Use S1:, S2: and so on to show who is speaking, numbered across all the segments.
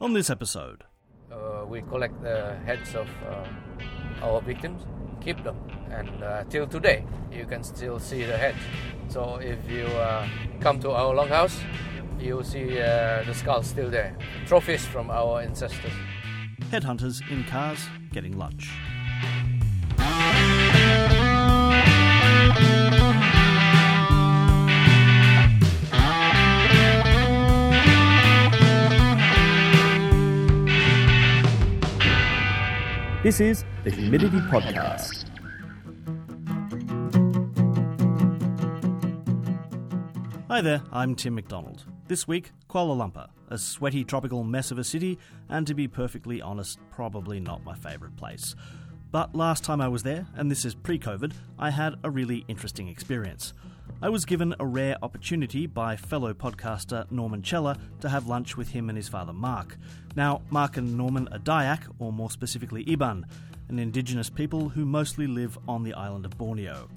S1: on this episode.
S2: Uh, we collect the heads of uh, our victims, keep them, and uh, till today you can still see the heads. So if you uh, come to our longhouse, you'll see uh, the skulls still there, trophies from our ancestors.
S1: Headhunters in cars getting lunch.
S3: This is the Humidity Podcast.
S1: Hi there, I'm Tim McDonald. This week, Kuala Lumpur, a sweaty tropical mess of a city, and to be perfectly honest, probably not my favourite place. But last time I was there, and this is pre COVID, I had a really interesting experience. I was given a rare opportunity by fellow podcaster Norman Cheller to have lunch with him and his father Mark. Now, Mark and Norman are Dayak, or more specifically Iban, an indigenous people who mostly live on the island of Borneo.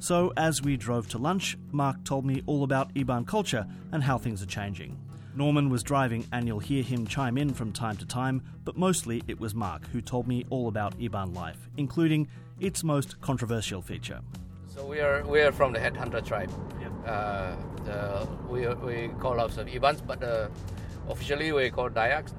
S1: So, as we drove to lunch, Mark told me all about Iban culture and how things are changing. Norman was driving, and you'll hear him chime in from time to time, but mostly it was Mark who told me all about Iban life, including its most controversial feature.
S2: So we are we are from the headhunter tribe. Uh, the, we we call ourselves Ibans, but uh, officially we call Dayaks.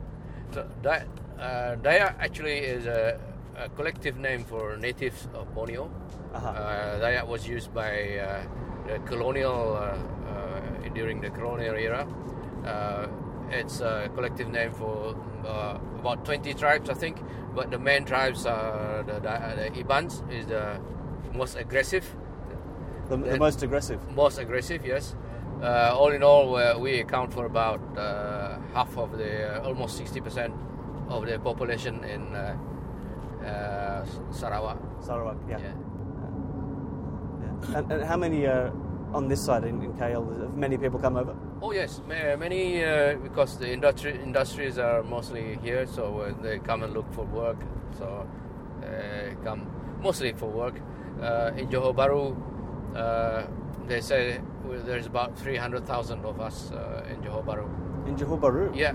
S2: So Day, uh, Dayak actually is a, a collective name for natives of Borneo. Uh, Dayak was used by uh, the colonial uh, uh, during the colonial era. Uh, it's a collective name for uh, about 20 tribes, I think. But the main tribes are the, the, the Ibans is the most aggressive
S3: The, the most aggressive.
S2: most aggressive, yes. Uh, all in all, uh, we account for about uh, half of the, uh, almost 60% of the population in uh, uh, Sarawak.
S3: Sarawak, yeah.
S2: Yeah.
S3: yeah. And, and how many uh, on this side in, in KL? Have many people come over?
S2: Oh yes, ma- many uh, because the industry industries are mostly here, so uh, they come and look for work. So uh, come mostly for work. Uh, in Johor Bahru, uh, they say well, there's about three hundred thousand of us uh, in Johor Bahru.
S3: In Johor Bahru?
S2: Yeah,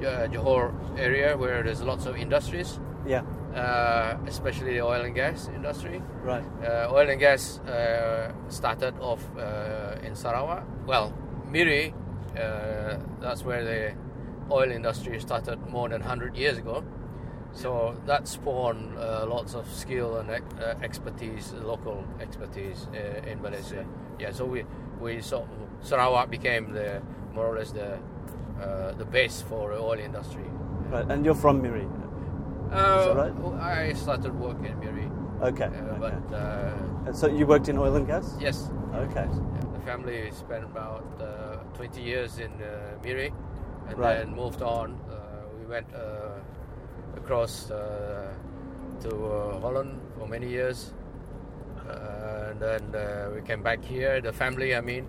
S2: yeah. uh, Johor area where there's lots of industries,
S3: Yeah,
S2: uh, especially the oil and gas industry.
S3: right.
S2: Uh, oil and gas uh, started off uh, in Sarawak. Well, Miri, uh, that's where the oil industry started more than 100 years ago. So that spawned uh, lots of skill and ex- uh, expertise, local expertise uh, in Malaysia. Yeah, so we we saw Sarawak became the more or less the uh, the base for the oil industry.
S3: Right. And you're from Miri?
S2: Uh,
S3: that right?
S2: I started work in Miri,
S3: Okay.
S2: uh,
S3: okay.
S2: but. Uh,
S3: And so you worked in oil and gas?
S2: Yes.
S3: Okay.
S2: Yeah, The family spent about uh, 20 years in uh, Miri and
S3: Right.
S2: then moved on. Uh, we went uh, across uh, to uh, Holland for many years. Uh, and then uh, we came back here, the family, I mean.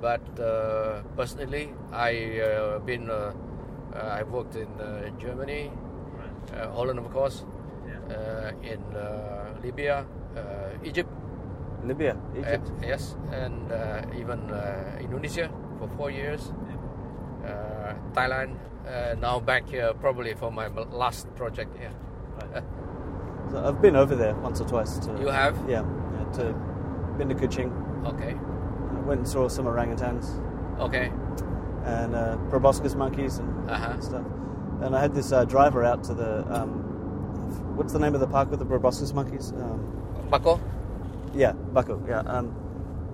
S2: But uh, personally, I uh, been uh, uh, I worked in uh, Germany, uh, Holland, of course, uh, in uh, Libya, uh, Egypt,
S3: Libya, Egypt.
S2: uh, yes, and uh, even uh, Indonesia for four years, uh, Thailand, uh, now back here probably for my b- last project here.
S3: Right. So I've been over there once or twice. To,
S2: You have?
S3: Yeah. yeah, to been to Kuching.
S2: Okay,
S3: I went and saw some orangutans
S2: okay,
S3: and uh, proboscis monkeys and
S2: Uh-huh.
S3: stuff. And I had this uh, driver out to the um, what's the name of the park with the proboscis monkeys? Um,
S2: Bako.
S3: yeah, Baku. Yeah. Um,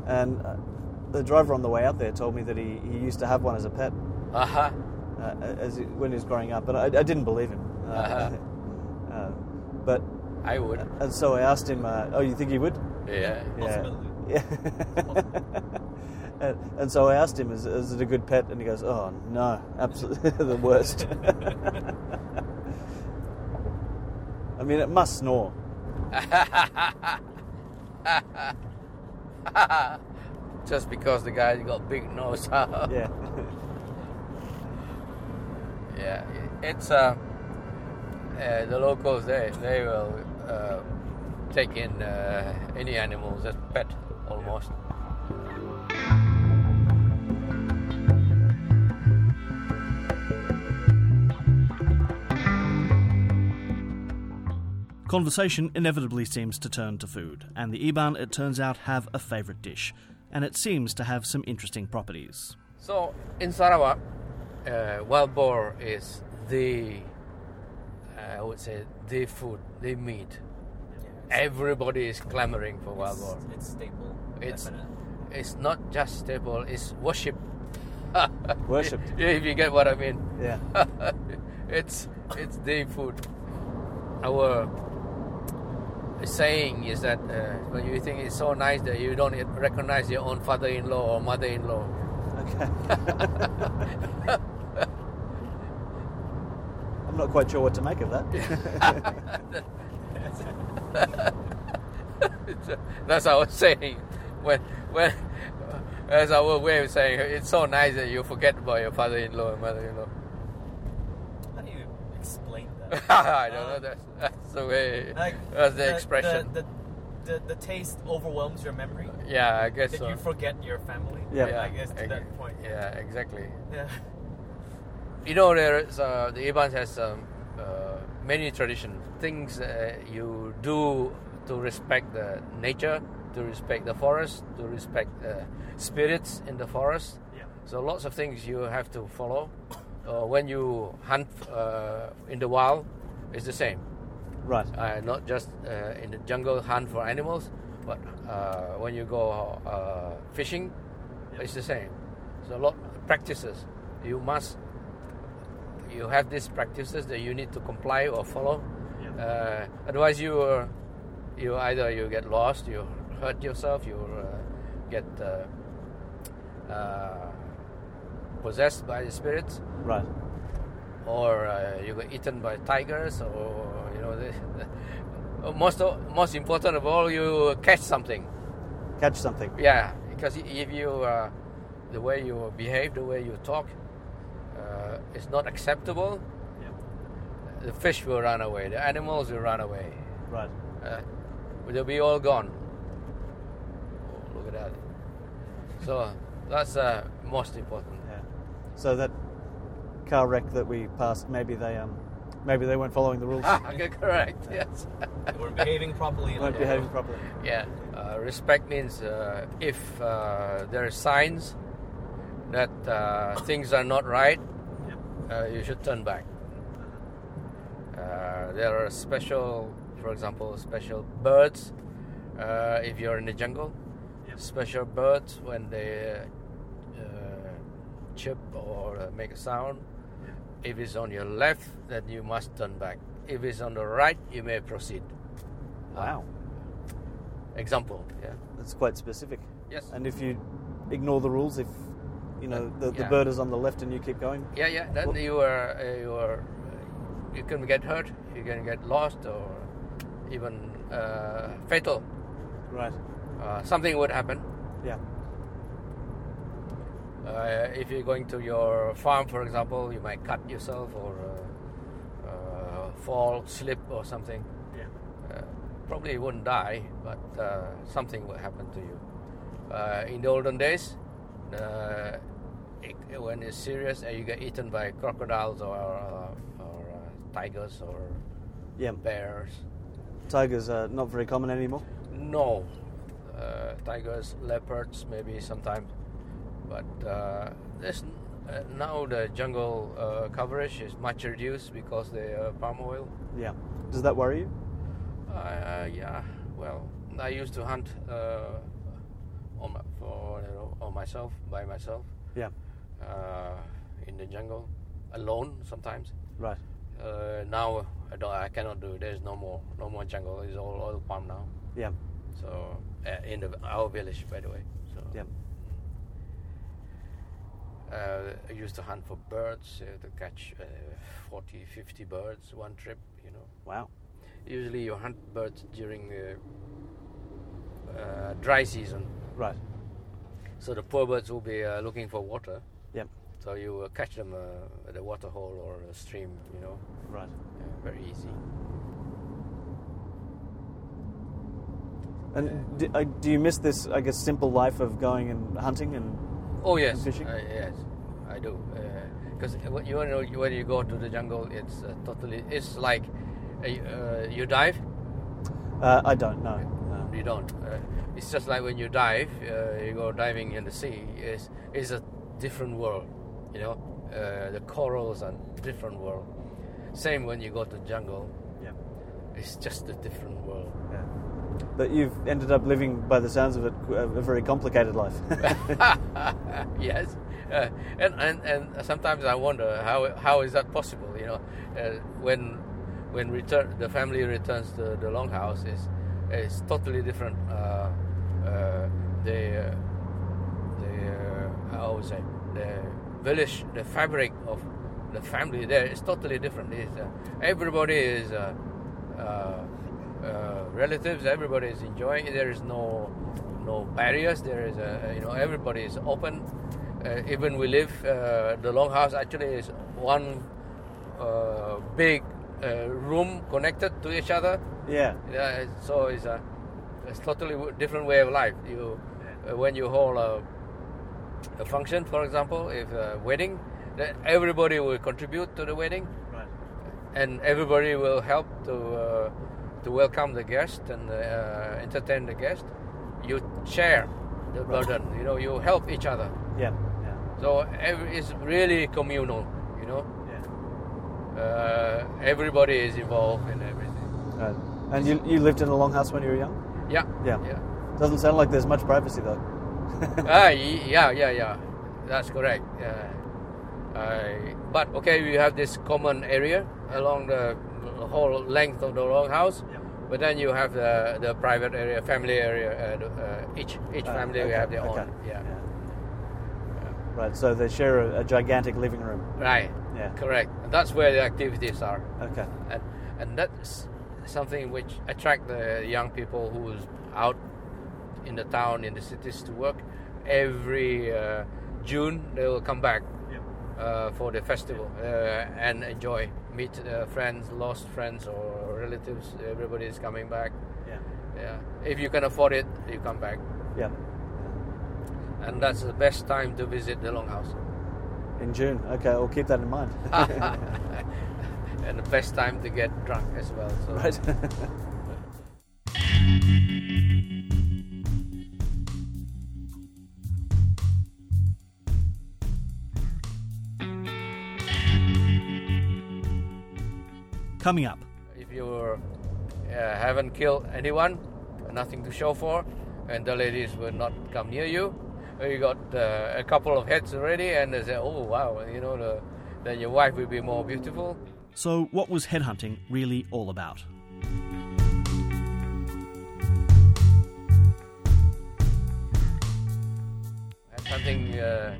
S3: and uh, the driver on the way out there told me that he, he used to have one as a pet
S2: Aha,
S3: uh, as he, when he was growing up, but I, I didn't believe him. Uh, uh, but
S2: I would.
S3: and so I asked him, uh, "Oh, you think he would?"
S2: Yeah.
S3: Possibility. Yeah. and, and so I asked him, is, is it a good pet? And he goes, oh, no, absolutely the worst. I mean, it must snore.
S2: Just because the guy got big nose.
S3: Yeah.
S2: Yeah, it's uh, uh, the locals. They they will uh, take in uh, any animals as pet almost.
S1: Conversation inevitably seems to turn to food, and the Iban, it turns out, have a favourite dish, and it seems to have some interesting properties.
S2: So in Sarawak, uh, wild boar is the, uh, I would say, the food, the meat. Everybody is clamoring for wild boar.
S4: It's, it's staple.
S2: It's-
S4: definite.
S2: It's not just staple; it's worship.
S3: Worshipped.
S2: Yeah, if you get what I mean.
S3: Yeah.
S2: it's it's the food. Our saying is that uh, when you think it's so nice that you don't recognize your own father-in-law or mother-in-law.
S3: Okay. I'm not quite sure what to make of that.
S2: That's our saying. When when that's our way of saying it's so nice that you forget about your father-in-law and mother-in-law.
S4: How do you explain that?
S2: I don't know.
S4: Um,
S2: That's, that's the way.
S4: Like,
S2: that's the, expression. Uh,
S4: The, the, the, the taste overwhelms your memory.
S2: yeah, I guess
S4: That
S2: so.
S4: you forget your family.
S3: Yeah.
S4: I guess to
S2: ex-
S4: that point.
S2: Yeah, exactly.
S4: Yeah.
S2: you know there is, uh, the Ibans has um, uh, many tradition things uh, you do to respect the nature to respect the forest to respect uh, spirits in the forest
S4: Yeah.
S2: so lots of things you have to follow uh, when you hunt uh, in the wild it's the same
S3: Right.
S2: uh, not just uh, in the jungle hunt for animals, but uh, when you go uh, fishing, it's the same. So a lot practices you must you have these practices that you need to comply or follow. Uh, otherwise, you are, you either you get lost, you hurt yourself, you uh, get uh, uh, possessed by the spirits
S3: Right.
S2: or uh, you got eaten by tigers, or you know, the, most of, most important of all, you catch something.
S3: Catch something.
S2: Yeah, because if you uh, the way you behave, the way you talk, uh, is not acceptable, the fish will run away, the animals will run away,
S3: Right.
S2: uh, they'll be all gone. Oh, look at that. So that's uh, most important.
S3: Yeah. So that car wreck that we passed, maybe they um, maybe they weren't following the rules.
S2: Okay, correct. Yes.
S4: We're behaving properly.
S3: weren't behaving properly.
S2: Yeah, uh, respect means uh, if uh, there are signs that uh, things are not right, uh, you should turn back. Uh, there are special, for example, special birds. Uh, if you're in the jungle, special birds when they uh, chip or uh, make a sound. If it's on your left, then you must turn back. If it's on the right, you may proceed.
S3: Wow.
S2: Example, yeah.
S3: That's quite specific.
S2: Yes.
S3: And if you ignore the rules, if you know the, the
S2: Yeah.
S3: bird is on the left and you keep going,
S2: Yeah, yeah. Then
S3: Well-
S2: you are uh, you are uh, you can get hurt, you can get lost, or even uh, fatal.
S3: right?
S2: Uh, something would happen
S3: Yeah.
S2: uh, if you're going to your farm, for example. You might cut yourself or uh, uh, fall, slip, or something.
S4: Yeah.
S2: Uh, probably you wouldn't die, but uh, something will happen to you. Uh, in the olden days, uh, it, when it's serious and you get eaten by crocodiles or, uh, or uh, tigers or
S3: Yeah.
S2: bears,
S3: Tigers are not very common anymore.
S2: no, uh, tigers, leopards, maybe sometimes, but uh, there's n- uh, now the jungle uh, coverage is much reduced because the uh, palm oil.
S3: Yeah. Does that worry you?
S2: Uh, yeah, well, I used to hunt uh, on my, for you know, on myself by myself
S3: Yeah.
S2: uh, in the jungle, alone sometimes.
S3: Right.
S2: Uh, now I don't, I cannot do. There's no more, no more jungle. It's all oil palm now.
S3: Yeah.
S2: So uh, in the, our village, by the way. So
S3: Yeah.
S2: uh, I used to hunt for birds uh, to catch uh, 40, 50 birds one trip. You know.
S3: Wow.
S2: Usually you hunt birds during uh, uh, dry season,
S3: Right.
S2: so the poor birds will be uh, looking for water.
S3: Yeah.
S2: So you will catch them uh, at a water hole or a stream, you know,
S3: Right.
S2: uh, very easy.
S3: And do, uh, do you miss this, I guess, simple life of going and hunting and
S2: Oh yes,
S3: fishing?
S2: Uh, yes, I do. Because you know when you go to the jungle, it's uh, totally it's like uh, you- uh, you dive,
S3: Uh, I don't know. No.
S2: You don't. Uh, it's just like when you dive, uh, you go diving in the sea. It's, it's a different world, you know. Uh, the corals are different world. Same when you go to jungle.
S3: Yeah.
S2: It's just a different world.
S3: yeah. But you've ended up living, by the sounds of it, qu- a a very complicated life.
S2: yes, uh, and, and and sometimes I wonder how how is that possible? You know, uh, when when return the family returns to the longhouse is is totally different. Uh, uh, the uh, the uh, how would I say the village the fabric of the family there is totally different. It's, uh, everybody is. Uh, uh, uh, relatives. Everybody is enjoying. it. There is no no barriers. There is a you know everybody is open. Uh, even we live uh, the longhouse actually is one uh, big uh, room connected to each other.
S3: yeah.
S2: Yeah, it's- so it's a it's totally w- different way of life. You uh, when you hold a, a function, for example, if a wedding, then everybody will contribute to the wedding
S3: Right.
S2: and everybody will help to uh, to welcome the guest and uh, entertain the guest. You share the burden, you know. You help each other,
S3: Yeah. Yeah.
S2: so every, it's really communal, you know.
S3: Yeah.
S2: Uh, everybody is involved in everything.
S3: Right. Uh, And you, you lived in a longhouse when you were young?
S2: Yeah,
S3: Yeah.
S2: yeah,
S3: Doesn't sound like there's much privacy though.
S2: ah, y- yeah, yeah, yeah. That's correct. Uh, I, but okay, we have this common area along the whole length of the longhouse. But then you have the, the private area, family area. Uh, the- uh, each each
S3: Uh,
S2: family will
S3: okay,
S2: have their
S3: okay.
S2: own. Yeah.
S3: Right, so they share a, a gigantic living room.
S2: Right.
S3: Yeah.
S2: Correct. And that's where the activities are,
S3: Okay.
S2: and and that's something which attract the young people who's out in the town in the cities to work. Every uh, June they will come back uh, for the festival uh, and enjoy, meet uh, friends, lost friends or relatives. Everybody is coming back.
S3: Yeah.
S2: Yeah. If you can afford it, you come back.
S3: Yeah.
S2: and that's the best time to visit the longhouse
S3: In June. Okay, I'll keep that in mind.
S2: and the best time to get drunk as well so
S3: right.
S1: Coming up,
S2: if you uh, haven't killed anyone nothing to show for and the ladies will not come near you you got uh, a couple of heads already and they say oh wow you know the, then your wife will be more beautiful
S1: so what was headhunting really all about?
S2: and something uh,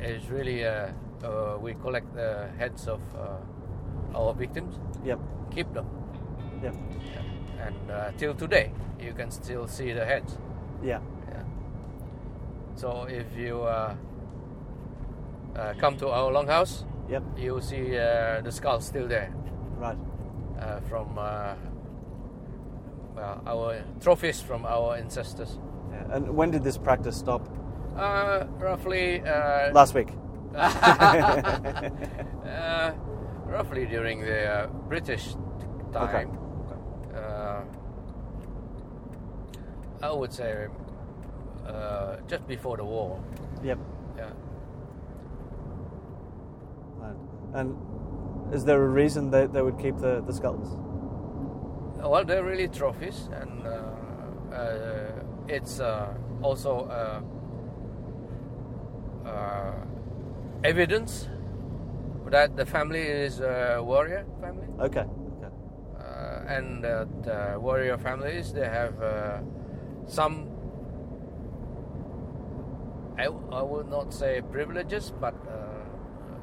S2: is really uh, uh, we collect the heads of uh, our victims
S3: yep.
S2: keep them
S3: Yep.
S2: and uh, till today you can still see the heads
S3: Yeah.
S2: Yeah. So if you uh, uh, come to our longhouse,
S3: Yep.
S2: you'll see uh, the skull still there
S3: Right.
S2: uh, from uh, well, our trophies from our ancestors.
S3: Yeah. And when did this practice stop?
S2: Uh, roughly, uh,
S3: Last week.
S2: uh, roughly during the uh, British time, uh, I would say uh, just before the war.
S3: Yep.
S2: Yeah.
S3: Right. And is there a reason that they would keep the, the skulls?
S2: Well, they're really trophies, and uh, uh, it's uh, also uh, uh, evidence that the family is a warrior family,
S3: Okay. Okay.
S2: uh, and that uh, warrior families they have uh, some. I, I would not say privileges, but uh,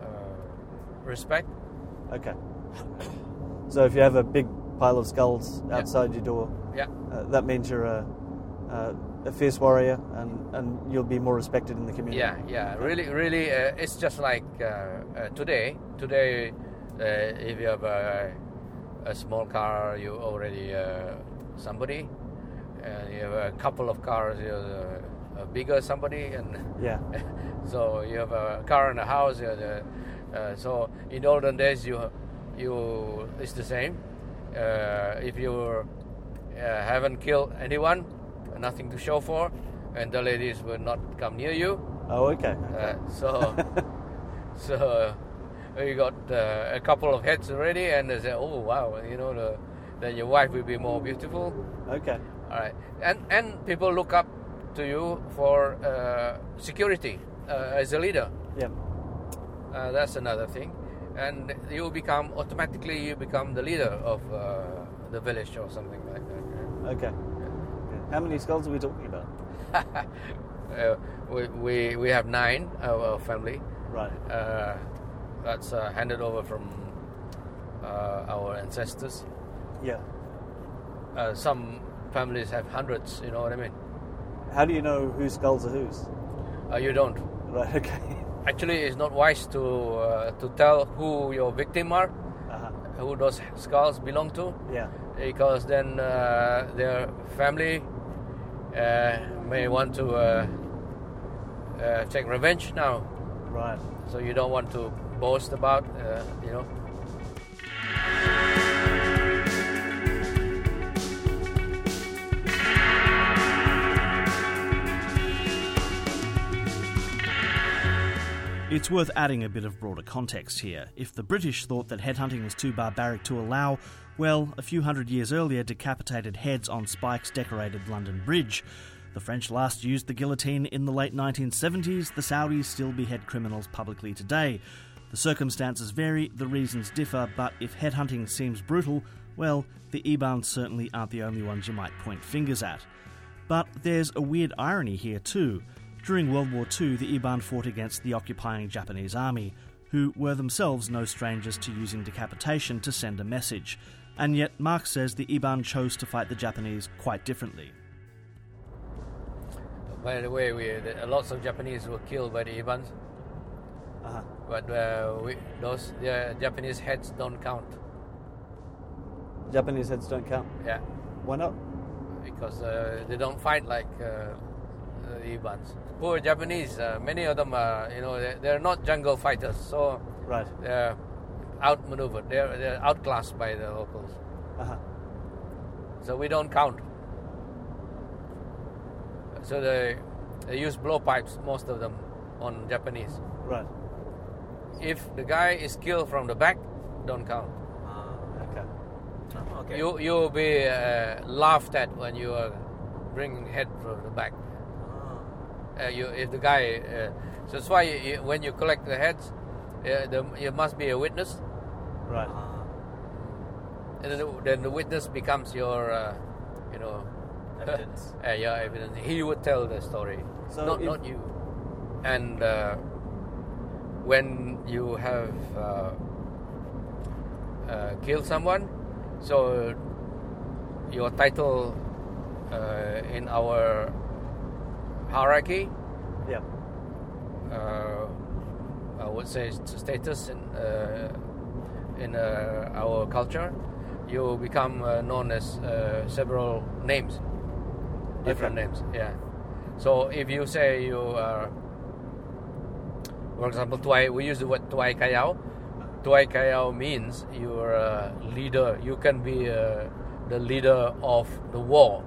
S2: uh, respect.
S3: Okay. So if you have a big pile of skulls outside your door,
S2: Yeah,
S3: uh, that means you're a, a, a fierce warrior and, and you'll be more respected in the community.
S2: Yeah, yeah, really, really, uh, it's just like uh, uh, today. Today, uh, if you have a, a small car, you already uh, somebody, and you have a couple of cars, you're uh, a bigger somebody, and
S3: Yeah.
S2: so you have a car and a house. You're the, uh, so in olden days, you you it's the same. Uh, if you uh, haven't killed anyone, nothing to show for, and the ladies will not come near you.
S3: Oh, okay.
S2: Uh, so, so we got uh, a couple of heads already, and they say, "Oh wow, you know, the, then your wife will be more beautiful."
S3: Okay.
S2: All right, and and people look up to you for uh, security uh, as a leader.
S3: Yeah.
S2: Uh, that's another thing, and you become automatically you become the leader of uh, the village or something like that.
S3: Okay. Okay. How many skulls are we talking about?
S2: Uh, we, we we have nine our family.
S3: Right.
S2: Uh, that's uh, handed over from uh, our ancestors.
S3: Yeah.
S2: Uh, some families have hundreds. You know what I mean?
S3: How do you know whose skulls are whose?
S2: Uh, you don't.
S3: Right. Okay.
S2: Actually, it's not wise to uh, to tell who your victim are,
S3: Uh-huh.
S2: who those skulls belong to,
S3: Yeah.
S2: because then uh, their family uh, may want to uh, uh, take revenge now.
S3: Right.
S2: So you don't want to boast about, uh, you know.
S1: It's worth adding a bit of broader context here. If the British thought that headhunting was too barbaric to allow, well, a few hundred years earlier, decapitated heads on spikes decorated London Bridge. The French last used the guillotine in the late 1970s, the Saudis still behead criminals publicly today. The circumstances vary, the reasons differ, but if headhunting seems brutal, well, the Ibans certainly aren't the only ones you might point fingers at. But there's a weird irony here, too. During World War II, the Iban fought against the occupying Japanese army, who were themselves no strangers to using decapitation to send a message. And yet, Marx says the Iban chose to fight the Japanese quite differently.
S2: By the way, we the- lots of Japanese were killed by the Ibans,
S3: Uh-huh.
S2: but uh, we, those uh, Japanese heads don't count.
S3: Japanese heads don't count.
S2: Yeah,
S3: Why not?
S2: because uh, they don't fight like uh, the Ibans. Poor Japanese. Uh, many of them are, you know, they're, they're not jungle fighters, so
S3: Right.
S2: they're outmaneuvered. They're, they're outclassed by the locals.
S3: Uh-huh.
S2: So we don't count. So they they use blowpipes, most of them, on Japanese.
S3: Right.
S2: if the guy is killed from the back, don't count.
S4: Uh,
S3: Okay.
S4: oh, okay.
S2: You you will be uh, laughed at when you are bringing head from the back.
S4: Ah,
S2: Uh, you if the guy, uh, so that's why you, you- when you collect the heads, uh, the, you must be a witness,
S3: Right.
S2: Uh-huh.
S4: ah,
S2: and then the, then the witness becomes your, uh, you know,
S4: evidence.
S2: uh, your evidence. He would tell the story,
S3: So
S2: not
S3: if-
S2: not you. And uh, when you have uh, uh, killed someone, so your title uh, in our hierarchy,
S3: Yeah.
S2: uh, I would say st- status in uh, in uh, our culture, you become uh, known as uh, several names, different
S3: Okay.
S2: names. Yeah. So if you say you are, for example, Tuai, we use the word Tuai Kayao. Tuai Kayao means you are a leader. You can be uh, the leader of the war.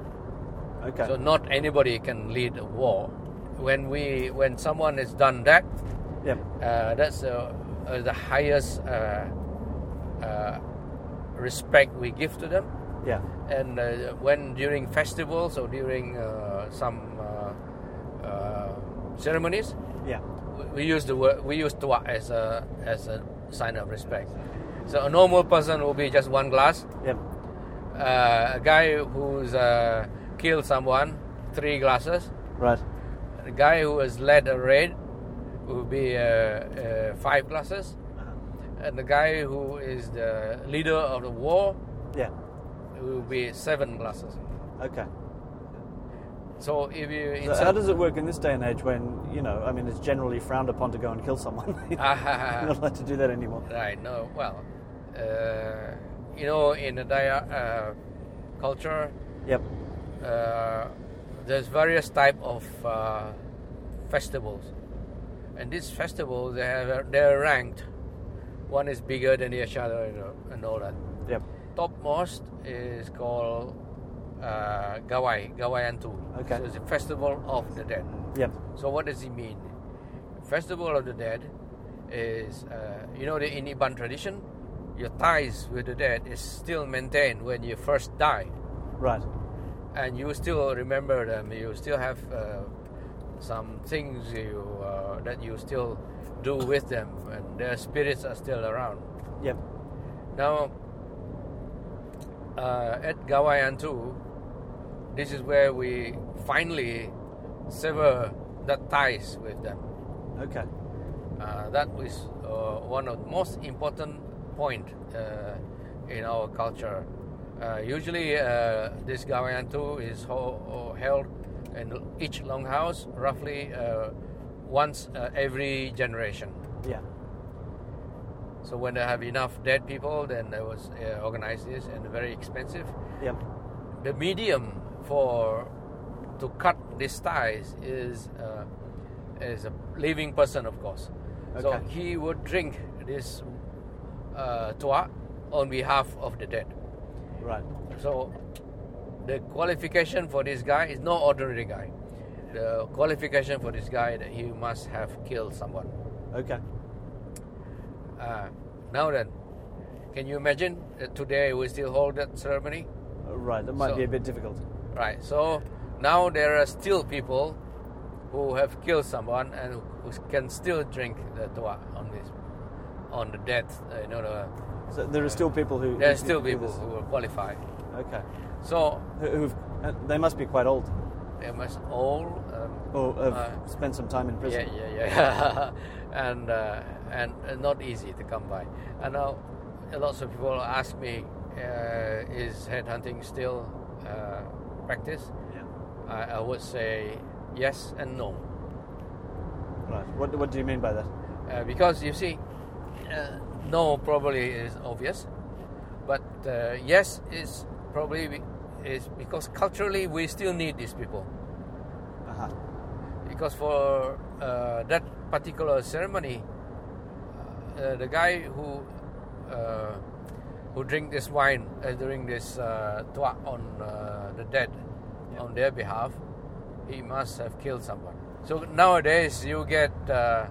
S3: Okay.
S2: So not anybody can lead a war. When we when someone has done that,
S3: yeah.
S2: uh, that's uh, uh, the highest uh, uh, respect we give to them.
S3: Yeah.
S2: And uh, when during festivals or during uh, some uh, uh, ceremonies,
S3: Yeah.
S2: we- we use the word we use tua as a as a sign of respect. So a normal person will be just one glass.
S3: Yeah.
S2: Uh, a guy who's uh, killed someone, three glasses.
S3: Right.
S2: The guy who has led a raid will be uh, uh, five glasses,
S3: Uh-huh.
S2: and the guy who is the leader of the war
S3: Yeah.
S2: will be seven glasses.
S3: Okay.
S2: So if you
S3: So how does it work in this day and age when, you know, I mean, it's generally frowned upon to go and kill someone? You're
S2: Ah, Uh-huh.
S3: not allowed to do that anymore.
S2: right? No, well, uh, you know, in the Daya uh, culture,
S3: Yep.
S2: uh, there's various type of uh, festivals, and these festivals they have they're ranked. One is bigger than the other, you know, and all that.
S3: Yep.
S2: topmost is called uh, Gawai, Gawai Antu.
S3: Okay.
S2: So it's a festival of the dead.
S3: Yep.
S2: So what does it mean? Festival of the dead is, uh, you know, the in Iban tradition, your ties with the dead is still maintained when you first die,
S3: Right.
S2: and you still remember them. You still have uh, some things you uh, that you still do with them, and their spirits are still around.
S3: Yep.
S2: Now, uh, at Gawayan 2, this is where we finally sever the ties with them.
S3: Okay.
S2: Uh, that was uh, one of the most important point uh, in our culture. Uh, usually, uh, this Gawayan 2 is ho- ho- held in each longhouse roughly uh, once uh, every generation.
S3: Yeah.
S2: So when they have enough dead people, then they was uh, organize this and very expensive.
S3: Yep.
S2: The medium for to cut these ties is uh, is a living person, of course. So
S3: Okay.
S2: he would drink this uh, tua on behalf of the dead.
S3: Right.
S2: So the qualification for this guy is no ordinary guy. The qualification for this guy that he must have killed someone.
S3: Okay.
S2: Uh, now then, can you imagine that today we still hold that ceremony?
S3: Uh, Right. That might
S2: So-
S3: be a bit difficult.
S2: Right. So now there are still people who have killed someone and who can still drink the dua on this, on the death. Uh, you know, the,
S3: So there are still people who.
S2: there
S3: who
S2: are still
S3: do
S2: people
S3: this.
S2: who are qualified.
S3: Okay.
S2: So
S3: Who- Who've, uh, they must be quite old,
S2: they must all. Um,
S3: or have
S2: Uh,
S3: spent some time in
S2: yeah,
S3: prison.
S2: yeah, yeah. and uh, and uh, not easy to come by. And now, uh, lots of people ask me, uh, is headhunting still uh, practice?
S3: Yeah.
S2: I, I would say yes and no,
S3: Right. What, what do you mean by that?
S2: uh, because you see, uh, no probably is obvious, but uh, yes is probably be- is because culturally we still need these people
S3: Uh-huh.
S2: because for uh, that particular ceremony, uh, the guy who uh, who drink this wine uh, during this uh, tua on uh, the dead on their behalf, he must have killed someone. So nowadays you get uh,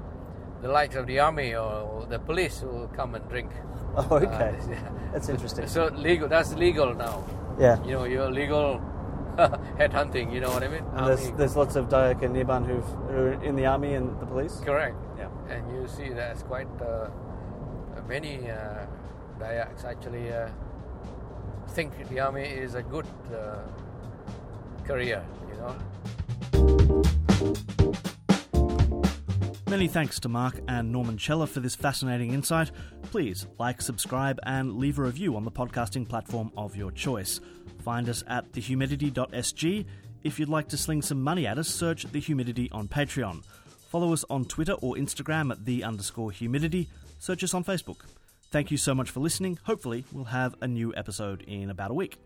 S2: the likes of the army or the police who will come and drink.
S3: Oh, okay.
S2: Uh, yeah.
S3: That's interesting.
S2: So legal. That's legal now.
S3: yeah.
S2: You know, you're legal headhunting. You know what I mean?
S3: And there's,
S2: Army.
S3: there's lots of Dayak and Niban who've, who are in the army and the police.
S2: Correct.
S3: Yeah.
S2: and you see there's quite uh, many uh, Dayaks actually uh, think the army is a good uh, career, you know.
S1: Many thanks to Mark and Norman Scheller for this fascinating insight. Please like, subscribe, and leave a review on the podcasting platform of your choice. Find us at thehumidity.sg. If you'd like to sling some money at us, search The Humidity on Patreon. Follow us on Twitter or Instagram at the underscore humidity. Search us on Facebook. Thank you so much for listening. Hopefully, we'll have a new episode in about a week.